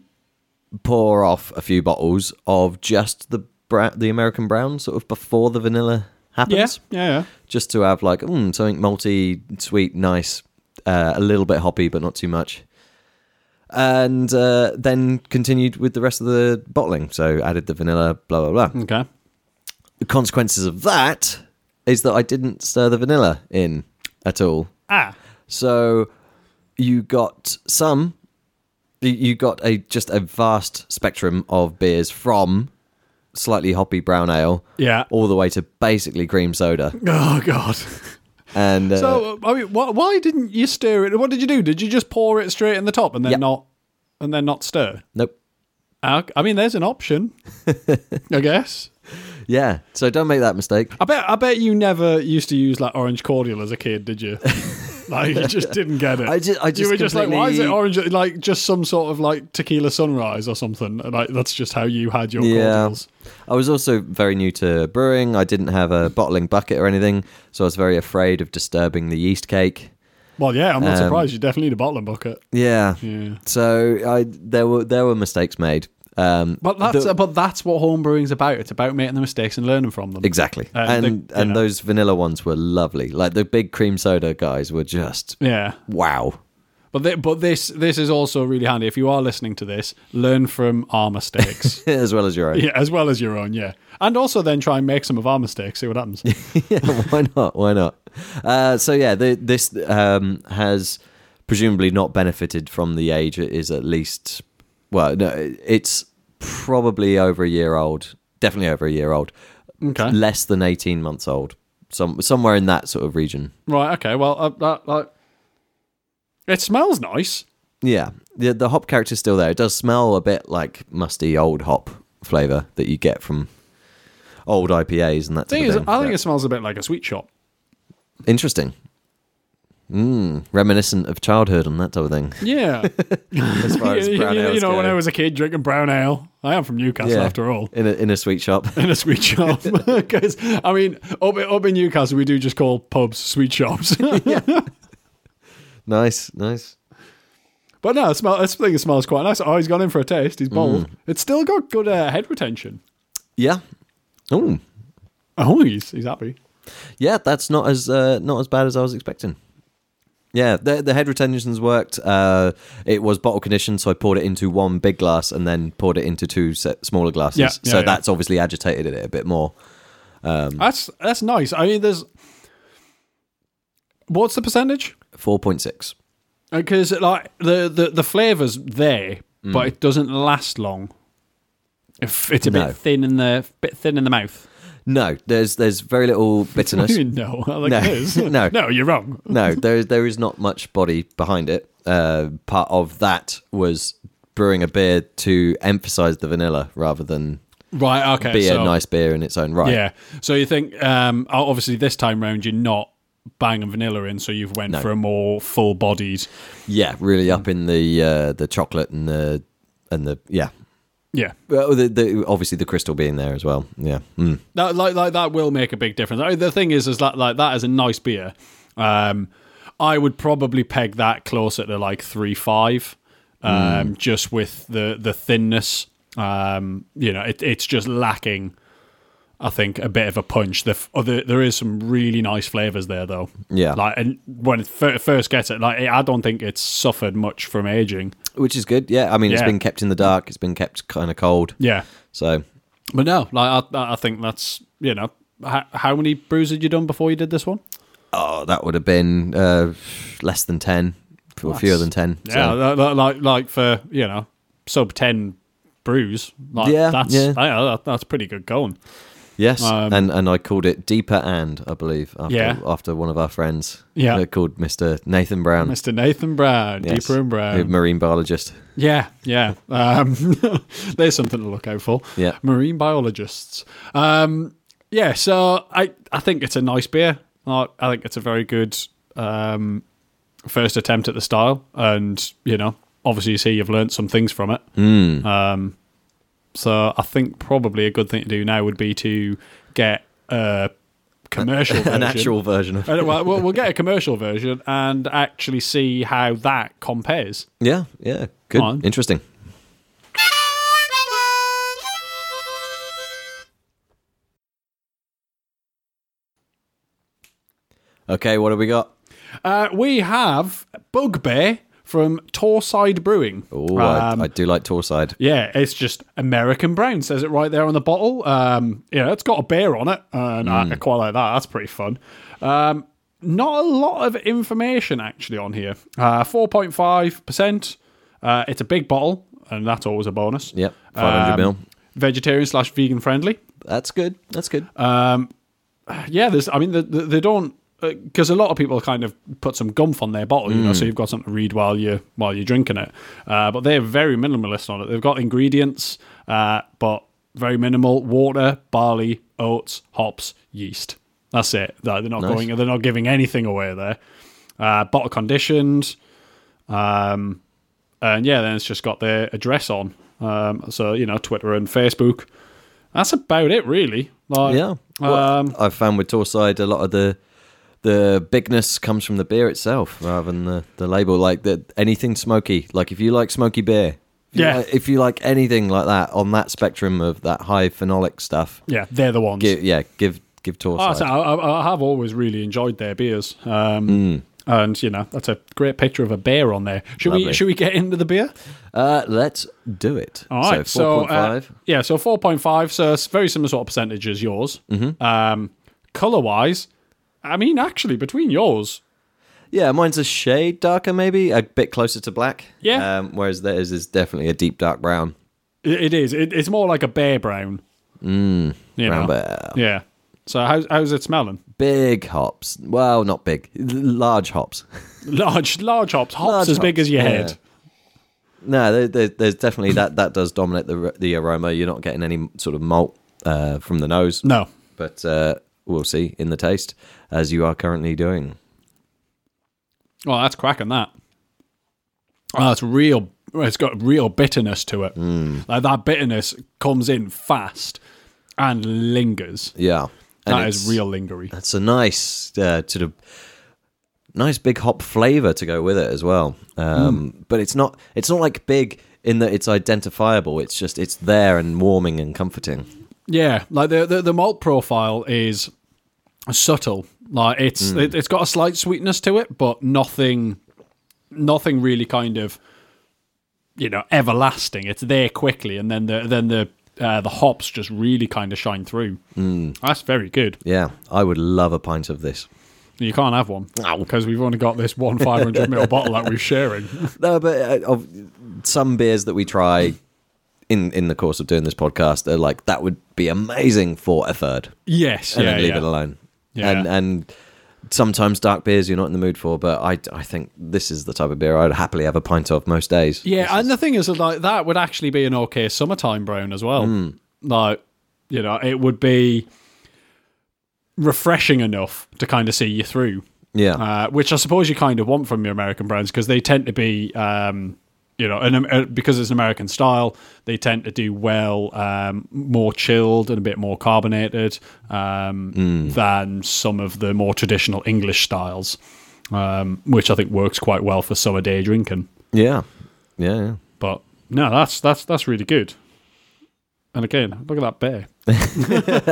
Speaker 1: pour off a few bottles of just the bra- the American brown sort of before the vanilla
Speaker 2: Yeah.
Speaker 1: happens,
Speaker 2: Yeah. yeah.
Speaker 1: just to have like mm, something malty, sweet, nice, uh, a little bit hoppy, but not too much. And uh, then continued with the rest of the bottling. So added the vanilla, blah blah blah
Speaker 2: Okay.
Speaker 1: The consequences of that is that I didn't stir the vanilla in at all.
Speaker 2: Ah,
Speaker 1: So you got some, you- you got a just a vast spectrum of beers from slightly hoppy brown ale,
Speaker 2: Yeah.
Speaker 1: all the way to basically cream soda.
Speaker 2: oh god.
Speaker 1: And uh,
Speaker 2: So I mean, wh- why didn't you stir it? What did you do? Did you just pour it straight in the top and then
Speaker 1: Yeah.
Speaker 2: not and then not stir?
Speaker 1: nope,
Speaker 2: Ah, I mean, there's an
Speaker 1: <laughs>
Speaker 2: option, I guess.
Speaker 1: yeah. So don't make that mistake.
Speaker 2: I bet I bet you never used to use like orange cordial as a kid,
Speaker 1: <laughs>
Speaker 2: did you? like you just didn't get it.
Speaker 1: I ju- I
Speaker 2: you
Speaker 1: just
Speaker 2: were just like, why is it
Speaker 1: completely-
Speaker 2: orange? Like just some sort of like tequila sunrise or something. And, Like that's just how you had your cordials.
Speaker 1: I was also very new to brewing. I didn't have a bottling bucket or anything, so I was very afraid of disturbing the yeast cake.
Speaker 2: Well, yeah, I'm not
Speaker 1: Um,
Speaker 2: surprised. You definitely need a bottling bucket.
Speaker 1: Yeah.
Speaker 2: Yeah.
Speaker 1: So I there were there were mistakes made. Um,
Speaker 2: But that's
Speaker 1: the-
Speaker 2: but that's what home brewing's about. It's about making the mistakes and learning from them.
Speaker 1: exactly.
Speaker 2: Uh,
Speaker 1: and
Speaker 2: the-
Speaker 1: and
Speaker 2: yeah.
Speaker 1: those vanilla ones were lovely. Like the big cream soda guys were just
Speaker 2: Yeah.
Speaker 1: wow. <laughs>
Speaker 2: But th- but this this is also really handy. If you are listening to this, learn from our mistakes.
Speaker 1: as well as your own.
Speaker 2: <laughs> yeah, as well as your own, yeah. And also then try and make some of our mistakes, see what happens.
Speaker 1: <laughs> yeah, why not? Why not? Uh, so yeah, the, this um, has presumably not benefited from the age. It is at least well, no, it's probably over a year old. Definitely over a year old.
Speaker 2: <laughs> Okay.
Speaker 1: less than eighteen months old. Some somewhere in that sort of region.
Speaker 2: right, okay. Well, uh, that, like it smells nice.
Speaker 1: Yeah, the the hop character's still there. It does smell a bit like musty old hop flavor that you get from old IPAs and that.
Speaker 2: Thing
Speaker 1: sort of
Speaker 2: is,
Speaker 1: thing.
Speaker 2: I think
Speaker 1: Yeah.
Speaker 2: it smells a bit like a sweet shop.
Speaker 1: interesting. Mm, reminiscent of childhood and that type of thing.
Speaker 2: <laughs> Yeah.
Speaker 1: <laughs> As far as
Speaker 2: <laughs> you,
Speaker 1: brown
Speaker 2: you- you
Speaker 1: ales
Speaker 2: know, when
Speaker 1: go.
Speaker 2: I was a kid drinking brown ale, I am from Newcastle
Speaker 1: Yeah.
Speaker 2: after all.
Speaker 1: in a in a sweet
Speaker 2: <laughs>
Speaker 1: shop. <laughs>
Speaker 2: In a sweet shop, because I mean, up, up in Newcastle, we do just call pubs sweet
Speaker 1: <laughs>
Speaker 2: shops. <laughs>
Speaker 1: nice, nice.
Speaker 2: But no, it smell, I think it smells quite nice. Oh, he's gone in for a taste. He's bold.
Speaker 1: Mm.
Speaker 2: It's still got good uh, head retention.
Speaker 1: Yeah. Oh,
Speaker 2: Oh, he's, he's happy.
Speaker 1: yeah. That's not as uh, not as bad as I was expecting. Yeah, the the head retentions worked. Uh, it was bottle conditioned, so I poured it into one big glass and then poured it into two se- smaller glasses.
Speaker 2: Yeah, yeah,
Speaker 1: so
Speaker 2: yeah.
Speaker 1: that's obviously agitated it a bit more. Mm.
Speaker 2: That's that's nice. I mean, there's what's the percentage?
Speaker 1: Four point six.
Speaker 2: Because like the the the flavors there,
Speaker 1: Mm.
Speaker 2: but it doesn't last long. If it's a
Speaker 1: No.
Speaker 2: bit thin in the bit thin in the mouth.
Speaker 1: No, there's there's very
Speaker 2: <laughs>
Speaker 1: little bitterness.
Speaker 2: no, I think
Speaker 1: No.
Speaker 2: it is.
Speaker 1: <laughs> No.
Speaker 2: no, you're wrong.
Speaker 1: no, there is there is not much body behind it. Uh, part of that was brewing a beer to emphasise the vanilla rather than
Speaker 2: Right. Okay.
Speaker 1: be
Speaker 2: so,
Speaker 1: a nice beer in its own right.
Speaker 2: Yeah. So you think um oh, obviously this time round you're not banging vanilla in, so you've went for a more full bodied.
Speaker 1: Yeah, really
Speaker 2: Mm.
Speaker 1: up in the uh, the chocolate and the and the yeah.
Speaker 2: Yeah.
Speaker 1: Well, the, the, obviously the crystal being there as well. Yeah. Mm.
Speaker 2: That, like, like that will make a big difference. I, the thing is, is that like that is a nice beer. Um, I would probably peg that closer to like three five, um, just with the the thinness. Um, you know, it, it's just lacking. I think a bit of a punch. The, f- oh, the there is some really nice flavors there though.
Speaker 1: Yeah.
Speaker 2: like and when it fir- first gets it, like I don't think it's suffered much from aging.
Speaker 1: Which is good. Yeah. I mean, it's
Speaker 2: Yeah.
Speaker 1: been kept in the dark. It's been kept kind of cold.
Speaker 2: Yeah,
Speaker 1: So
Speaker 2: but no, like I, I think that's you know. How, how many brews had you done before you did this one?
Speaker 1: oh, that would have been uh, less than ten, or fewer
Speaker 2: That's-
Speaker 1: than ten.
Speaker 2: Yeah,
Speaker 1: So,
Speaker 2: li- li- like like for you know sub ten brews. Like,
Speaker 1: Yeah,
Speaker 2: that's
Speaker 1: yeah.
Speaker 2: yeah, that- that's pretty good going.
Speaker 1: yes.
Speaker 2: Um,
Speaker 1: and and I called it deeper and I believe after
Speaker 2: Yeah.
Speaker 1: after one of our friends.
Speaker 2: Yeah.
Speaker 1: uh, Called Mister Nathan Brown.
Speaker 2: Mr. Nathan Brown,
Speaker 1: Yes.
Speaker 2: deeper and
Speaker 1: a
Speaker 2: brown.
Speaker 1: marine biologist.
Speaker 2: Yeah, yeah. Um, <laughs> there's something to look out for. <laughs>
Speaker 1: Yeah.
Speaker 2: marine biologists. Um, yeah, so I I think it's a nice beer. I, I think it's a very good um, first attempt at the style, and you know, obviously, you see you've learnt some things from it.
Speaker 1: Hmm.
Speaker 2: Um, so I think probably a good thing to do now would be to get a commercial
Speaker 1: <laughs>
Speaker 2: version.
Speaker 1: An actual version of.
Speaker 2: Uh, well, we'll we'll get a commercial version and actually see how that compares.
Speaker 1: Yeah. Yeah. Good.
Speaker 2: on.
Speaker 1: Interesting. Okay, what have we got?
Speaker 2: Uh, we have Bugbear from Torside Brewing.
Speaker 1: Oh, I,
Speaker 2: Um,
Speaker 1: I do like Torside.
Speaker 2: yeah, it's just American Brown says it right there on the bottle. Um, yeah, it's got a beer on it, and I-
Speaker 1: Mm.
Speaker 2: I quite like that. That's pretty fun. Um, not a lot of information actually on here. Uh, Four point five percent. Uh, It's a big bottle, and that's always a bonus. Um,
Speaker 1: Yep, 500 mil.
Speaker 2: Vegetarian slash vegan friendly.
Speaker 1: That's good. That's good.
Speaker 2: Uh, Um, Yeah, there's. I mean, the, the, they don't because a lot of people kind of put some gumph on their bottle, you know,
Speaker 1: Mm.
Speaker 2: so you've got something to read while you while you're drinking it. Uh, but they're very minimalist on it. They've got ingredients, uh, but very minimal: water, barley, oats, hops, yeast. That's it. They're they're not
Speaker 1: Nice.
Speaker 2: going. They're not giving anything away there. Uh, bottle conditioned. Um, and yeah, then it's just got their address on. Um, so you know, Twitter and Facebook. That's about it, really. Like,
Speaker 1: yeah.
Speaker 2: Um,
Speaker 1: Well, I've found with Torside a lot of the the bigness comes from the beer itself rather than the, the label. Like the, anything smoky. Like if you like smoky beer, if you
Speaker 2: Yeah.
Speaker 1: like- if you like anything like that on that spectrum of that high phenolic stuff,
Speaker 2: Yeah, they're the ones.
Speaker 1: give, yeah, give give
Speaker 2: Oh,
Speaker 1: Torside.
Speaker 2: so I, I, I have always really enjoyed their beers, um,
Speaker 1: Mm.
Speaker 2: and you know that's a great picture of a bear on there. Should we
Speaker 1: Lovely.
Speaker 2: should we get into the beer?
Speaker 1: Uh, let's do it.
Speaker 2: All right,
Speaker 1: so
Speaker 2: so,
Speaker 1: four point
Speaker 2: uh,
Speaker 1: five.
Speaker 2: yeah, so four point five, so it's very similar sort of percentage as yours.
Speaker 1: Mm-hmm.
Speaker 2: Um, color wise, I mean, actually, between yours,
Speaker 1: yeah, mine's a shade darker, maybe a bit closer to black.
Speaker 2: Yeah.
Speaker 1: Um, whereas theirs is definitely a deep dark brown.
Speaker 2: it, it is. It, it's more like a bear brown. Mm,
Speaker 1: Brown bear.
Speaker 2: Yeah. So how's how's it smelling?
Speaker 1: Big hops. Well, not big. L- Large hops. <laughs>
Speaker 2: Large large hops, hops
Speaker 1: Large
Speaker 2: as big
Speaker 1: hops,
Speaker 2: as your
Speaker 1: yeah.
Speaker 2: head.
Speaker 1: No, there, there, there's definitely that. That does dominate the the aroma. You're not getting any sort of malt uh, from the nose,
Speaker 2: No,
Speaker 1: but uh, we'll see in the taste as you are currently doing.
Speaker 2: Well, that's cracking that. Oh, that's real. It's got real bitterness to it.
Speaker 1: Mm.
Speaker 2: Like that bitterness comes in fast and lingers.
Speaker 1: Yeah, And
Speaker 2: that
Speaker 1: it's-
Speaker 2: is real lingery.
Speaker 1: It's a nice uh, sort of nice big hop flavor to go with it as well. Um, But it's not it's not like big in that it's identifiable. It's just it's there and warming and comforting.
Speaker 2: Yeah, like the the, the malt profile is subtle. Like it's
Speaker 1: Mm.
Speaker 2: it, it's got a slight sweetness to it, but nothing, nothing really kind of, you know, everlasting. It's there quickly, and then the then the uh, the hops just really kind of shine through.
Speaker 1: Mm.
Speaker 2: That's very good.
Speaker 1: Yeah, I would love a pint of this.
Speaker 2: You can't have one because we've only got this one 500
Speaker 1: <laughs>
Speaker 2: ml bottle that we're sharing. <laughs>
Speaker 1: No, but uh, of some beers that we try in in the course of doing this podcast, they're like that would be amazing for a third,
Speaker 2: Yes,
Speaker 1: and
Speaker 2: yeah,
Speaker 1: then leave
Speaker 2: yeah.
Speaker 1: it alone.
Speaker 2: Yeah.
Speaker 1: And and sometimes dark beers you're not in the mood for, but I I think this is the type of beer I'd happily have a pint of most days.
Speaker 2: Yeah, and the thing is, that, like that would actually be an okay summertime brown as well.
Speaker 1: Hmm.
Speaker 2: Like, you know, it would be refreshing enough to kind of see you through,
Speaker 1: Yeah.
Speaker 2: uh, which I suppose you kind of want from your American brands because they tend to be, um, you know, an, uh, because it's an American style, they tend to do well um, more chilled and a bit more carbonated um, than some of the more traditional English styles, um, which I think works quite well for summer day drinking.
Speaker 1: Yeah. Yeah. yeah.
Speaker 2: But no, that's that's that's really good. And again, look at that bear.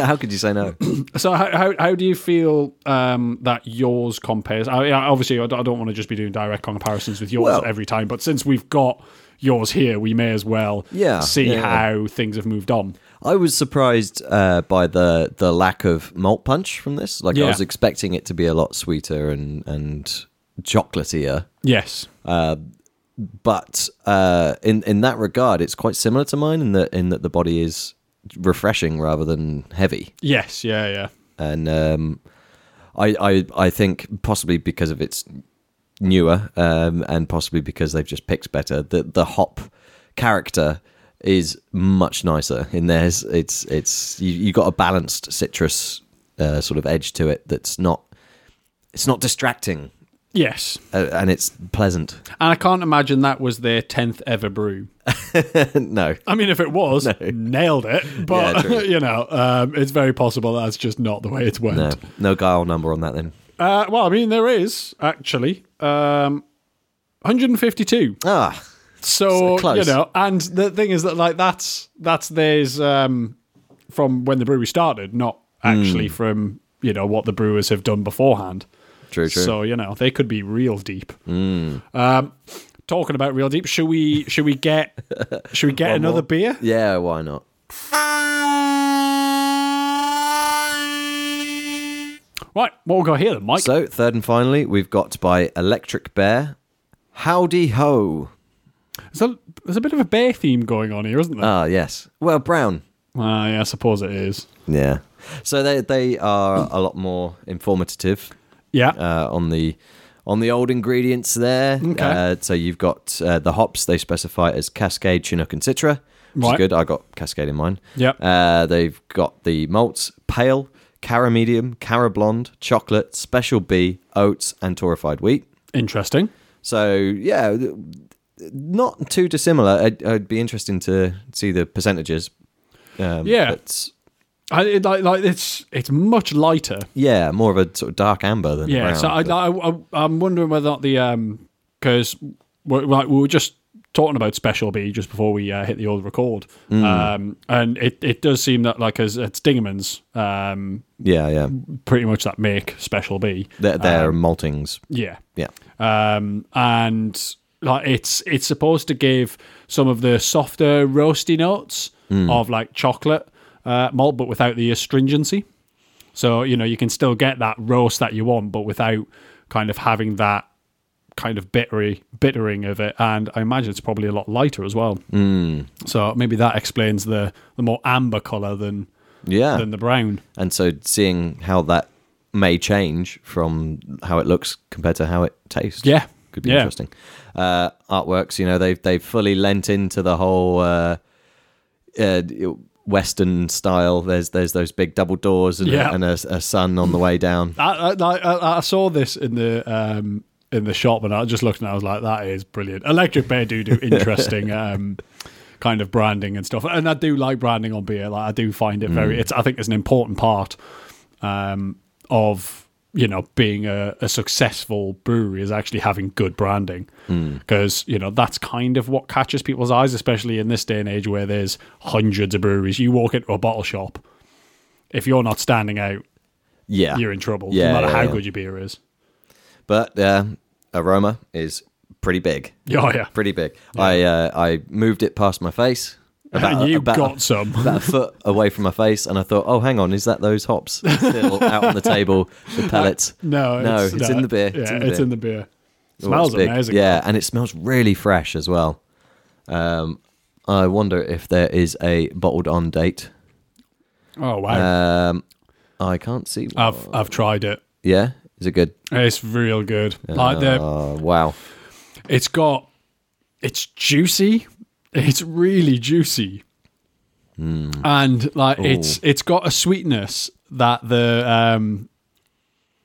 Speaker 1: <laughs> How could you say no?
Speaker 2: So how how, how do you feel um, that yours compares? I, I- obviously, I don't, I don't want to just be doing direct comparisons with yours
Speaker 1: Well-
Speaker 2: every time, but since we've got yours here, we may as well
Speaker 1: Yeah,
Speaker 2: see
Speaker 1: yeah,
Speaker 2: how things have moved on.
Speaker 1: I was surprised uh, by the the lack of malt punch from this. Like I
Speaker 2: Yeah.
Speaker 1: was expecting it to be a lot sweeter and and chocolatier,
Speaker 2: Yes.
Speaker 1: but uh, in in that regard, it's quite similar to mine in that in that the body is refreshing rather than heavy.
Speaker 2: Yes. Yeah. Yeah.
Speaker 1: and um, I, I I think possibly because of its newer um, and possibly because they've just picked better the the hop character is much nicer in theirs it's it's you, you got a balanced citrus uh, sort of edge to it that's not it's not distracting
Speaker 2: Yes.
Speaker 1: uh, and it's pleasant <laughs>
Speaker 2: And I can't imagine that was their tenth ever brew.
Speaker 1: <laughs> no
Speaker 2: I mean, if it was, nailed it. But
Speaker 1: true.
Speaker 2: <laughs> you know, um, it's very possible that's just not the way it went.
Speaker 1: no no guile number on that then
Speaker 2: Uh, well, I mean, there is actually um, 152.
Speaker 1: ah
Speaker 2: So,
Speaker 1: So close.
Speaker 2: you know, and the thing is that like that's that's theirs um, from when the brewery started, not actually
Speaker 1: Hmm.
Speaker 2: from you know what the brewers have done beforehand.
Speaker 1: true Hmm. true
Speaker 2: So you know they could be real deep. Um, Talking about real deep, should we should we get should we get
Speaker 1: One
Speaker 2: another
Speaker 1: more.
Speaker 2: beer?
Speaker 1: Yeah, why not?
Speaker 2: Right, what we got here, then, Mike?
Speaker 1: So, third and finally, we've got by Electric Bear. Howdy ho.
Speaker 2: there's, a, there's a bit of a bear theme going on here, isn't there?
Speaker 1: Ah, yes. Well, brown.
Speaker 2: Ah, yeah, I suppose it is.
Speaker 1: Yeah. So they they are a lot more informative
Speaker 2: Yeah,
Speaker 1: uh, on the on the old ingredients there.
Speaker 2: Okay.
Speaker 1: Uh, so you've got uh, the hops they specify as Cascade, Chinook, and Citra, which
Speaker 2: Right.
Speaker 1: is good. I got Cascade in mine.
Speaker 2: Yep.
Speaker 1: Uh, they've got the malts: pale, Cara medium, Cara blonde, chocolate, Special B, oats, and torrefied wheat.
Speaker 2: interesting.
Speaker 1: So yeah, th- not too dissimilar. I'd, I'd be interesting to see the percentages. Um,
Speaker 2: Yeah.
Speaker 1: but
Speaker 2: I, it, like, like it's it's much lighter.
Speaker 1: yeah, more of a sort of dark amber than
Speaker 2: Yeah,
Speaker 1: brown,
Speaker 2: so I,
Speaker 1: but-
Speaker 2: I, I, I'm wondering whether or not the because we're, like, we were just talking about Special B just before we uh, hit the old record, um, and it, it does seem that like as it's Dingerman's, um,
Speaker 1: yeah, yeah.
Speaker 2: pretty much that make Special B.
Speaker 1: They're, they're
Speaker 2: Um,
Speaker 1: maltings.
Speaker 2: Yeah,
Speaker 1: Yeah,
Speaker 2: um, and like it's it's supposed to give some of the softer roasty notes of like chocolate uh, malt, but without the astringency. So you know you can still get that roast that you want, but without kind of having that kind of bittery bittering of it. And I imagine it's probably a lot lighter as well. So maybe that explains the the more amber color than
Speaker 1: yeah.
Speaker 2: than the brown.
Speaker 1: and so seeing how that may change from how it looks compared to how it tastes.
Speaker 2: Yeah.
Speaker 1: could be
Speaker 2: Yeah.
Speaker 1: interesting. Uh, artworks, you know, they've they've fully lent into the whole uh, uh, Western style. There's there's those big double doors and,
Speaker 2: Yeah.
Speaker 1: a, and a, a sun on the way
Speaker 2: <laughs>
Speaker 1: down.
Speaker 2: I, I, I, I saw this in the um, in the shop, and I just looked and I was like, "That is brilliant." Electric Bear do do interesting um, kind of branding and stuff, and I do like branding on beer. Like I do find it very. It's I think it's an important part um, of you know being a, a successful brewery is actually having good branding because you know that's kind of what catches people's eyes, especially in this day and age where there's hundreds of breweries. You walk into a bottle shop. If you're not standing out,
Speaker 1: Yeah,
Speaker 2: you're in trouble.
Speaker 1: Yeah,
Speaker 2: no matter
Speaker 1: yeah,
Speaker 2: how
Speaker 1: yeah.
Speaker 2: good your beer is.
Speaker 1: but uh, aroma is pretty big.
Speaker 2: Yeah, oh, yeah.
Speaker 1: Pretty big. I uh, I moved it past my face.
Speaker 2: and <laughs> you
Speaker 1: about-
Speaker 2: got some. <laughs>
Speaker 1: about a foot away from my face, and I thought, "Oh, hang on, is that those hops
Speaker 2: <laughs>
Speaker 1: still out on the table, the pellets?"
Speaker 2: No,
Speaker 1: no, it's, in the beer.
Speaker 2: Yeah,
Speaker 1: it's in the beer.
Speaker 2: beer.
Speaker 1: Oh,
Speaker 2: Smells
Speaker 1: it's big.
Speaker 2: amazing.
Speaker 1: Yeah, and it smells really fresh as well. Um, I wonder if there is a bottled on date.
Speaker 2: Oh wow.
Speaker 1: Um, I can't see. One.
Speaker 2: I've I've tried it.
Speaker 1: yeah, is it good?
Speaker 2: It's real good. Like the,
Speaker 1: Oh, wow.
Speaker 2: it's got, it's juicy. It's really juicy,
Speaker 1: Hmm.
Speaker 2: and like it's it's got a sweetness that the um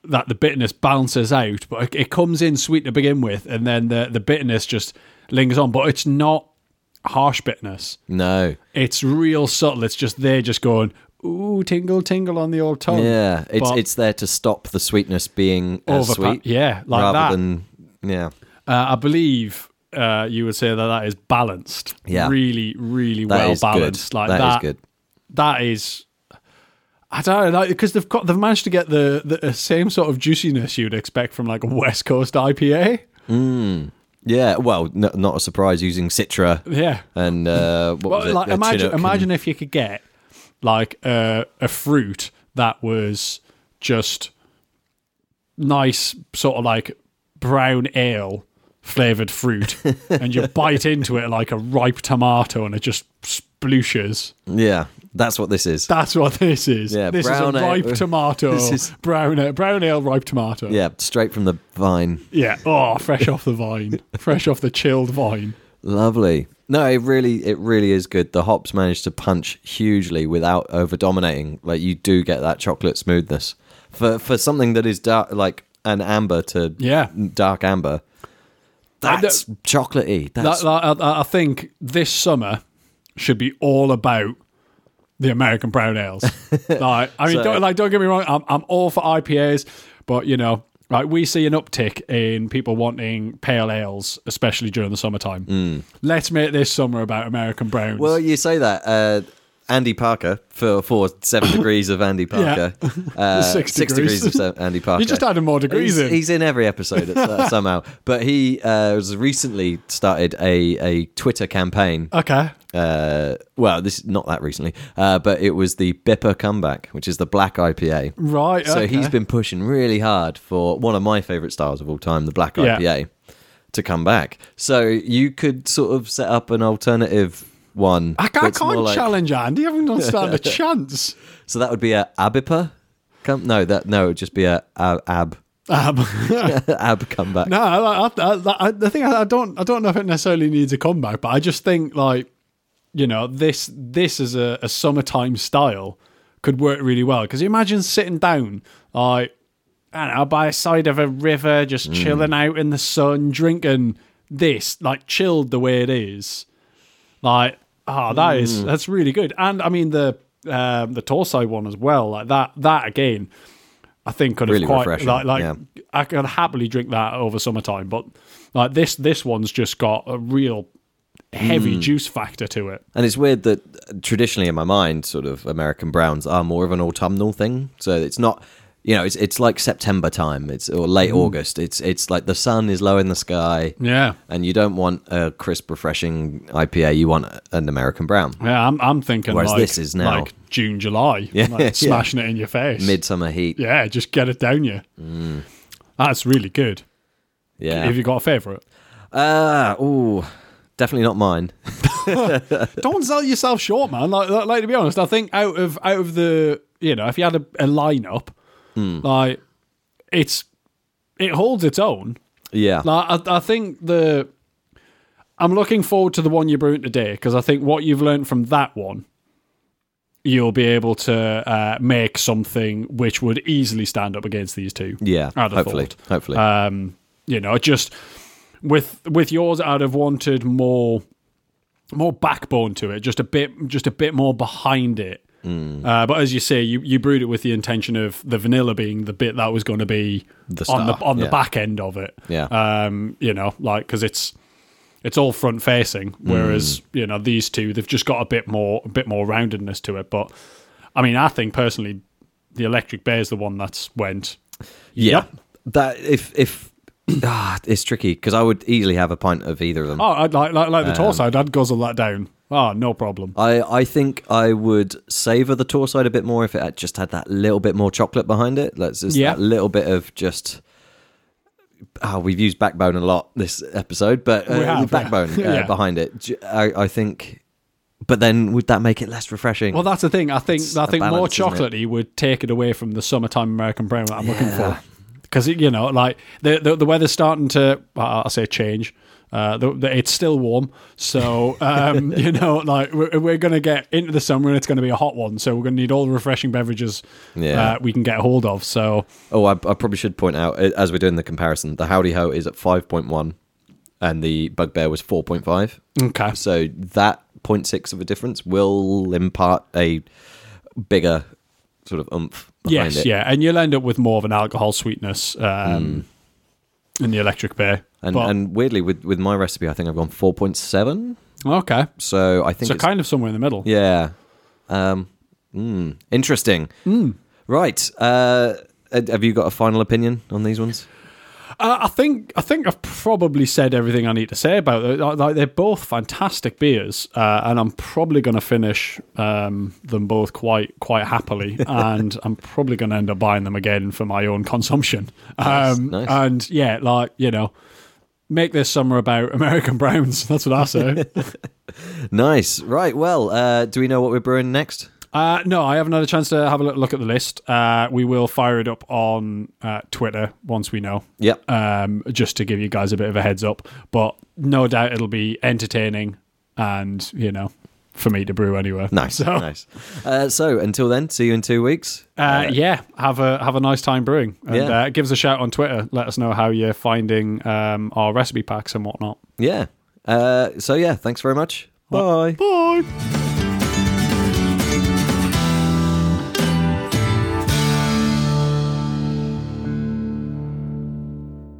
Speaker 2: that the bitterness balances out, but it, it comes in sweet to begin with, and then the the bitterness just lingers on. But it's not harsh bitterness.
Speaker 1: No.
Speaker 2: it's real subtle. It's just they're just going, ooh, tingle, tingle on the old tongue.
Speaker 1: Yeah, it's
Speaker 2: Oh, But-
Speaker 1: it's there to stop the sweetness being as
Speaker 2: Overpa-
Speaker 1: sweet.
Speaker 2: yeah, like
Speaker 1: rather
Speaker 2: that.
Speaker 1: than yeah.
Speaker 2: Uh, I believe uh, you would say that that is balanced.
Speaker 1: Yeah.
Speaker 2: Really, really
Speaker 1: That
Speaker 2: well
Speaker 1: is
Speaker 2: balanced.
Speaker 1: good.
Speaker 2: Like
Speaker 1: that is good.
Speaker 2: That is. I don't know, like because they've got they've managed to get the, the same sort of juiciness you'd expect from like a West Coast IPA.
Speaker 1: Yeah, well, n- not a surprise using Citra
Speaker 2: Yeah.
Speaker 1: and uh, what was
Speaker 2: Well,
Speaker 1: it?
Speaker 2: like
Speaker 1: Uh,
Speaker 2: imagine
Speaker 1: Chinook and-
Speaker 2: imagine if you could get like uh, a fruit that was just nice, sort of like brown ale flavored fruit,
Speaker 1: <laughs>
Speaker 2: and you bite into it like a ripe tomato, and it just splooshes.
Speaker 1: yeah, that's what this is.
Speaker 2: That's what this is.
Speaker 1: Yeah,
Speaker 2: this is a
Speaker 1: brown ale-
Speaker 2: ripe tomato.
Speaker 1: <laughs> This is-
Speaker 2: brown ale, brown ale, ripe tomato.
Speaker 1: yeah, straight from the vine.
Speaker 2: yeah. Oh, fresh off the vine, fresh off the chilled vine.
Speaker 1: Lovely. No, it really, it really is good. The hops managed to punch hugely without over dominating. Like you do get that chocolate smoothness for for something that is dark, like an amber to
Speaker 2: Yeah.
Speaker 1: dark amber.
Speaker 2: I
Speaker 1: That's chocolatey. That's
Speaker 2: that, that, I, I think this summer should be all about the American
Speaker 1: <laughs>
Speaker 2: brown ales. like, I mean,
Speaker 1: So-
Speaker 2: don't, like, don't get me wrong, I'm, I'm all for IPAs, but you know, like we see an uptick in people wanting pale ales,
Speaker 1: Hmm.
Speaker 2: especially during the summertime. Let's make this summer about American browns.
Speaker 1: Well, you say that. Uh, Andy Parker for, for
Speaker 2: <coughs>
Speaker 1: seven degrees of Andy Parker.
Speaker 2: <laughs>
Speaker 1: Uh,
Speaker 2: Six
Speaker 1: degrees.
Speaker 2: degrees.
Speaker 1: of se-
Speaker 2: <laughs>
Speaker 1: Andy Parker.
Speaker 2: You just added more degrees
Speaker 1: he's,
Speaker 2: in.
Speaker 1: he's in every episode
Speaker 2: <laughs>
Speaker 1: uh, somehow. But he uh, has recently started a, a Twitter campaign.
Speaker 2: okay.
Speaker 1: Uh, well, this not that recently, uh, but it was the Bipper comeback, which is the black IPA.
Speaker 2: Right.
Speaker 1: So
Speaker 2: okay.
Speaker 1: he's been pushing really hard for one of my favorite styles of all time, the black
Speaker 2: Yeah.
Speaker 1: IPA, to come back. So you could sort of set up an alternative one.
Speaker 2: I, ca- I
Speaker 1: that's more
Speaker 2: can't
Speaker 1: like-
Speaker 2: challenge Andy. I
Speaker 1: <laughs>
Speaker 2: haven't stand a chance.
Speaker 1: So that would be a Abipa. Come, no, that no, it would just be a, a ab <laughs>
Speaker 2: Um, <laughs>
Speaker 1: ab comeback.
Speaker 2: No, I, I, I, I, the thing I, I don't, I don't know if it necessarily needs a comeback, but I just think like, you know, this this is a, a summertime style could work really well because imagine sitting down like, I don't know, by a side of a river, just chilling out in the sun, drinking this like chilled the way it is, like ah, that is
Speaker 1: Mm.
Speaker 2: that's really good, and I mean the um, the Torsai one as well, like that that again. I think could have
Speaker 1: Really
Speaker 2: quite
Speaker 1: refreshing,
Speaker 2: like, like
Speaker 1: yeah.
Speaker 2: I could happily drink that over summertime, but like this this one's just got a real heavy
Speaker 1: Mm.
Speaker 2: juice factor to it.
Speaker 1: And it's weird that uh, traditionally in my mind, sort of American browns are more of an autumnal thing. So it's not, you know, it's it's like September time. It's or late
Speaker 2: Mm-hmm.
Speaker 1: August. It's it's like the sun is low in the sky.
Speaker 2: Yeah.
Speaker 1: And you don't want a crisp, refreshing IPA. You want an American brown.
Speaker 2: Yeah, I'm I'm thinking
Speaker 1: Whereas
Speaker 2: like,
Speaker 1: this is now-
Speaker 2: like June, July. Yeah,
Speaker 1: <laughs> yeah.
Speaker 2: like smashing it in your face.
Speaker 1: Midsummer heat.
Speaker 2: yeah, just get it down you. That's really good.
Speaker 1: Mm. Yeah.
Speaker 2: If you got a favourite.
Speaker 1: Ah, ooh, definitely not mine. <laughs>
Speaker 2: Don't sell yourself short, man. Like, like, like, to be honest, I think out of out of the you know, if you had a, a lineup, like it's it holds its own.
Speaker 1: Yeah.
Speaker 2: Like, I, I think the I'm looking forward to the one you're brewing today because I think what you've learned from that one, you'll be able to uh, make something which would easily stand up against these two.
Speaker 1: Yeah.
Speaker 2: I'd have
Speaker 1: Hopefully.
Speaker 2: thought.
Speaker 1: Hopefully.
Speaker 2: Um, you know, just with with yours, I'd have wanted more more backbone to it, just a bit just a bit more behind it.
Speaker 1: Mm.
Speaker 2: Uh, but as you say, you, you brewed it with the intention of the vanilla being the bit that was going to be
Speaker 1: The
Speaker 2: on the
Speaker 1: star,
Speaker 2: on the
Speaker 1: yeah.
Speaker 2: back end of it.
Speaker 1: Yeah.
Speaker 2: Um, you know, like because it's it's all front facing,
Speaker 1: Mm.
Speaker 2: whereas you know these two they've just got a bit more a bit more roundedness to it. But I mean, I think personally, the electric bear is the one that's went.
Speaker 1: yeah.
Speaker 2: Yep.
Speaker 1: That if if <coughs> ah, it's tricky because I would easily have a pint of either of them.
Speaker 2: Oh, I'd like like, like
Speaker 1: Um,
Speaker 2: the torso. I'd guzzle that down. Oh, no problem.
Speaker 1: I, I think I would savor the tour side a bit more if it had just had that little bit more chocolate behind it. Let's just
Speaker 2: Yeah.
Speaker 1: that little bit of just. Oh, we've used backbone a lot this episode, but uh,
Speaker 2: We have,
Speaker 1: the
Speaker 2: <laughs>
Speaker 1: backbone
Speaker 2: yeah.
Speaker 1: uh,
Speaker 2: Yeah.
Speaker 1: behind it. J- I, I think, but then would that make it less refreshing?
Speaker 2: Well, that's the thing. I think I
Speaker 1: a
Speaker 2: think more
Speaker 1: balance, isn't it?
Speaker 2: chocolatey would take it away from the summertime American brown that I'm looking for. Because you know, like the the, the weather's starting to, uh, I say, change. Uh, the, the, it's still warm,
Speaker 1: <laughs>
Speaker 2: so um, you know, like we're, we're going to get into the summer and it's going to be a hot one. So we're going to need all the refreshing beverages
Speaker 1: Yeah.
Speaker 2: uh, we can get hold of. So
Speaker 1: oh, I, I probably should point out uh, as we're doing the comparison, the Howdy Ho is at five point one, and the Bugbear was four point five.
Speaker 2: okay,
Speaker 1: So that 0.6 of a difference will impart a bigger sort of oomph behind
Speaker 2: yes,
Speaker 1: it.
Speaker 2: yeah, and you'll end up with more of an alcohol sweetness um, in the electric beer.
Speaker 1: Hmm. And,
Speaker 2: But-
Speaker 1: and weirdly, with, with my recipe, I think I've gone 4.7.
Speaker 2: okay,
Speaker 1: So I think
Speaker 2: so
Speaker 1: it's,
Speaker 2: kind of somewhere in the middle.
Speaker 1: yeah. Um, mm, interesting.
Speaker 2: Hmm.
Speaker 1: Right. Uh, and have you got a final opinion on these ones?
Speaker 2: Uh, I think I think I've probably said everything I need to say about it. Like, like, they're both fantastic beers, uh, and I'm probably going to finish um, them both quite quite
Speaker 1: <laughs>
Speaker 2: happily, and I'm probably going to end up buying them again for my own consumption. Um,
Speaker 1: nice.
Speaker 2: And yeah, like you know, make this summer about American <laughs> Browns. That's what
Speaker 1: <laughs>
Speaker 2: I say.
Speaker 1: Nice. Right. Well, uh, do we know what we're brewing next?
Speaker 2: Uh, no, I haven't had a chance to have a little look at the list. Uh, we will fire it up on uh, Twitter once we know.
Speaker 1: Yep.
Speaker 2: Um, just to give you guys a bit of a heads up, but no doubt it'll be entertaining and you know for me to brew anywhere.
Speaker 1: Nice.
Speaker 2: So,
Speaker 1: Nice. Uh, so until then, see you in two weeks.
Speaker 2: Uh, yeah, have a have a nice time brewing, and
Speaker 1: Yeah.
Speaker 2: uh, give us a shout on Twitter. Let us know how you're finding um, our recipe packs and whatnot.
Speaker 1: Yeah. Uh, so yeah. Thanks very much. Bye.
Speaker 2: Bye.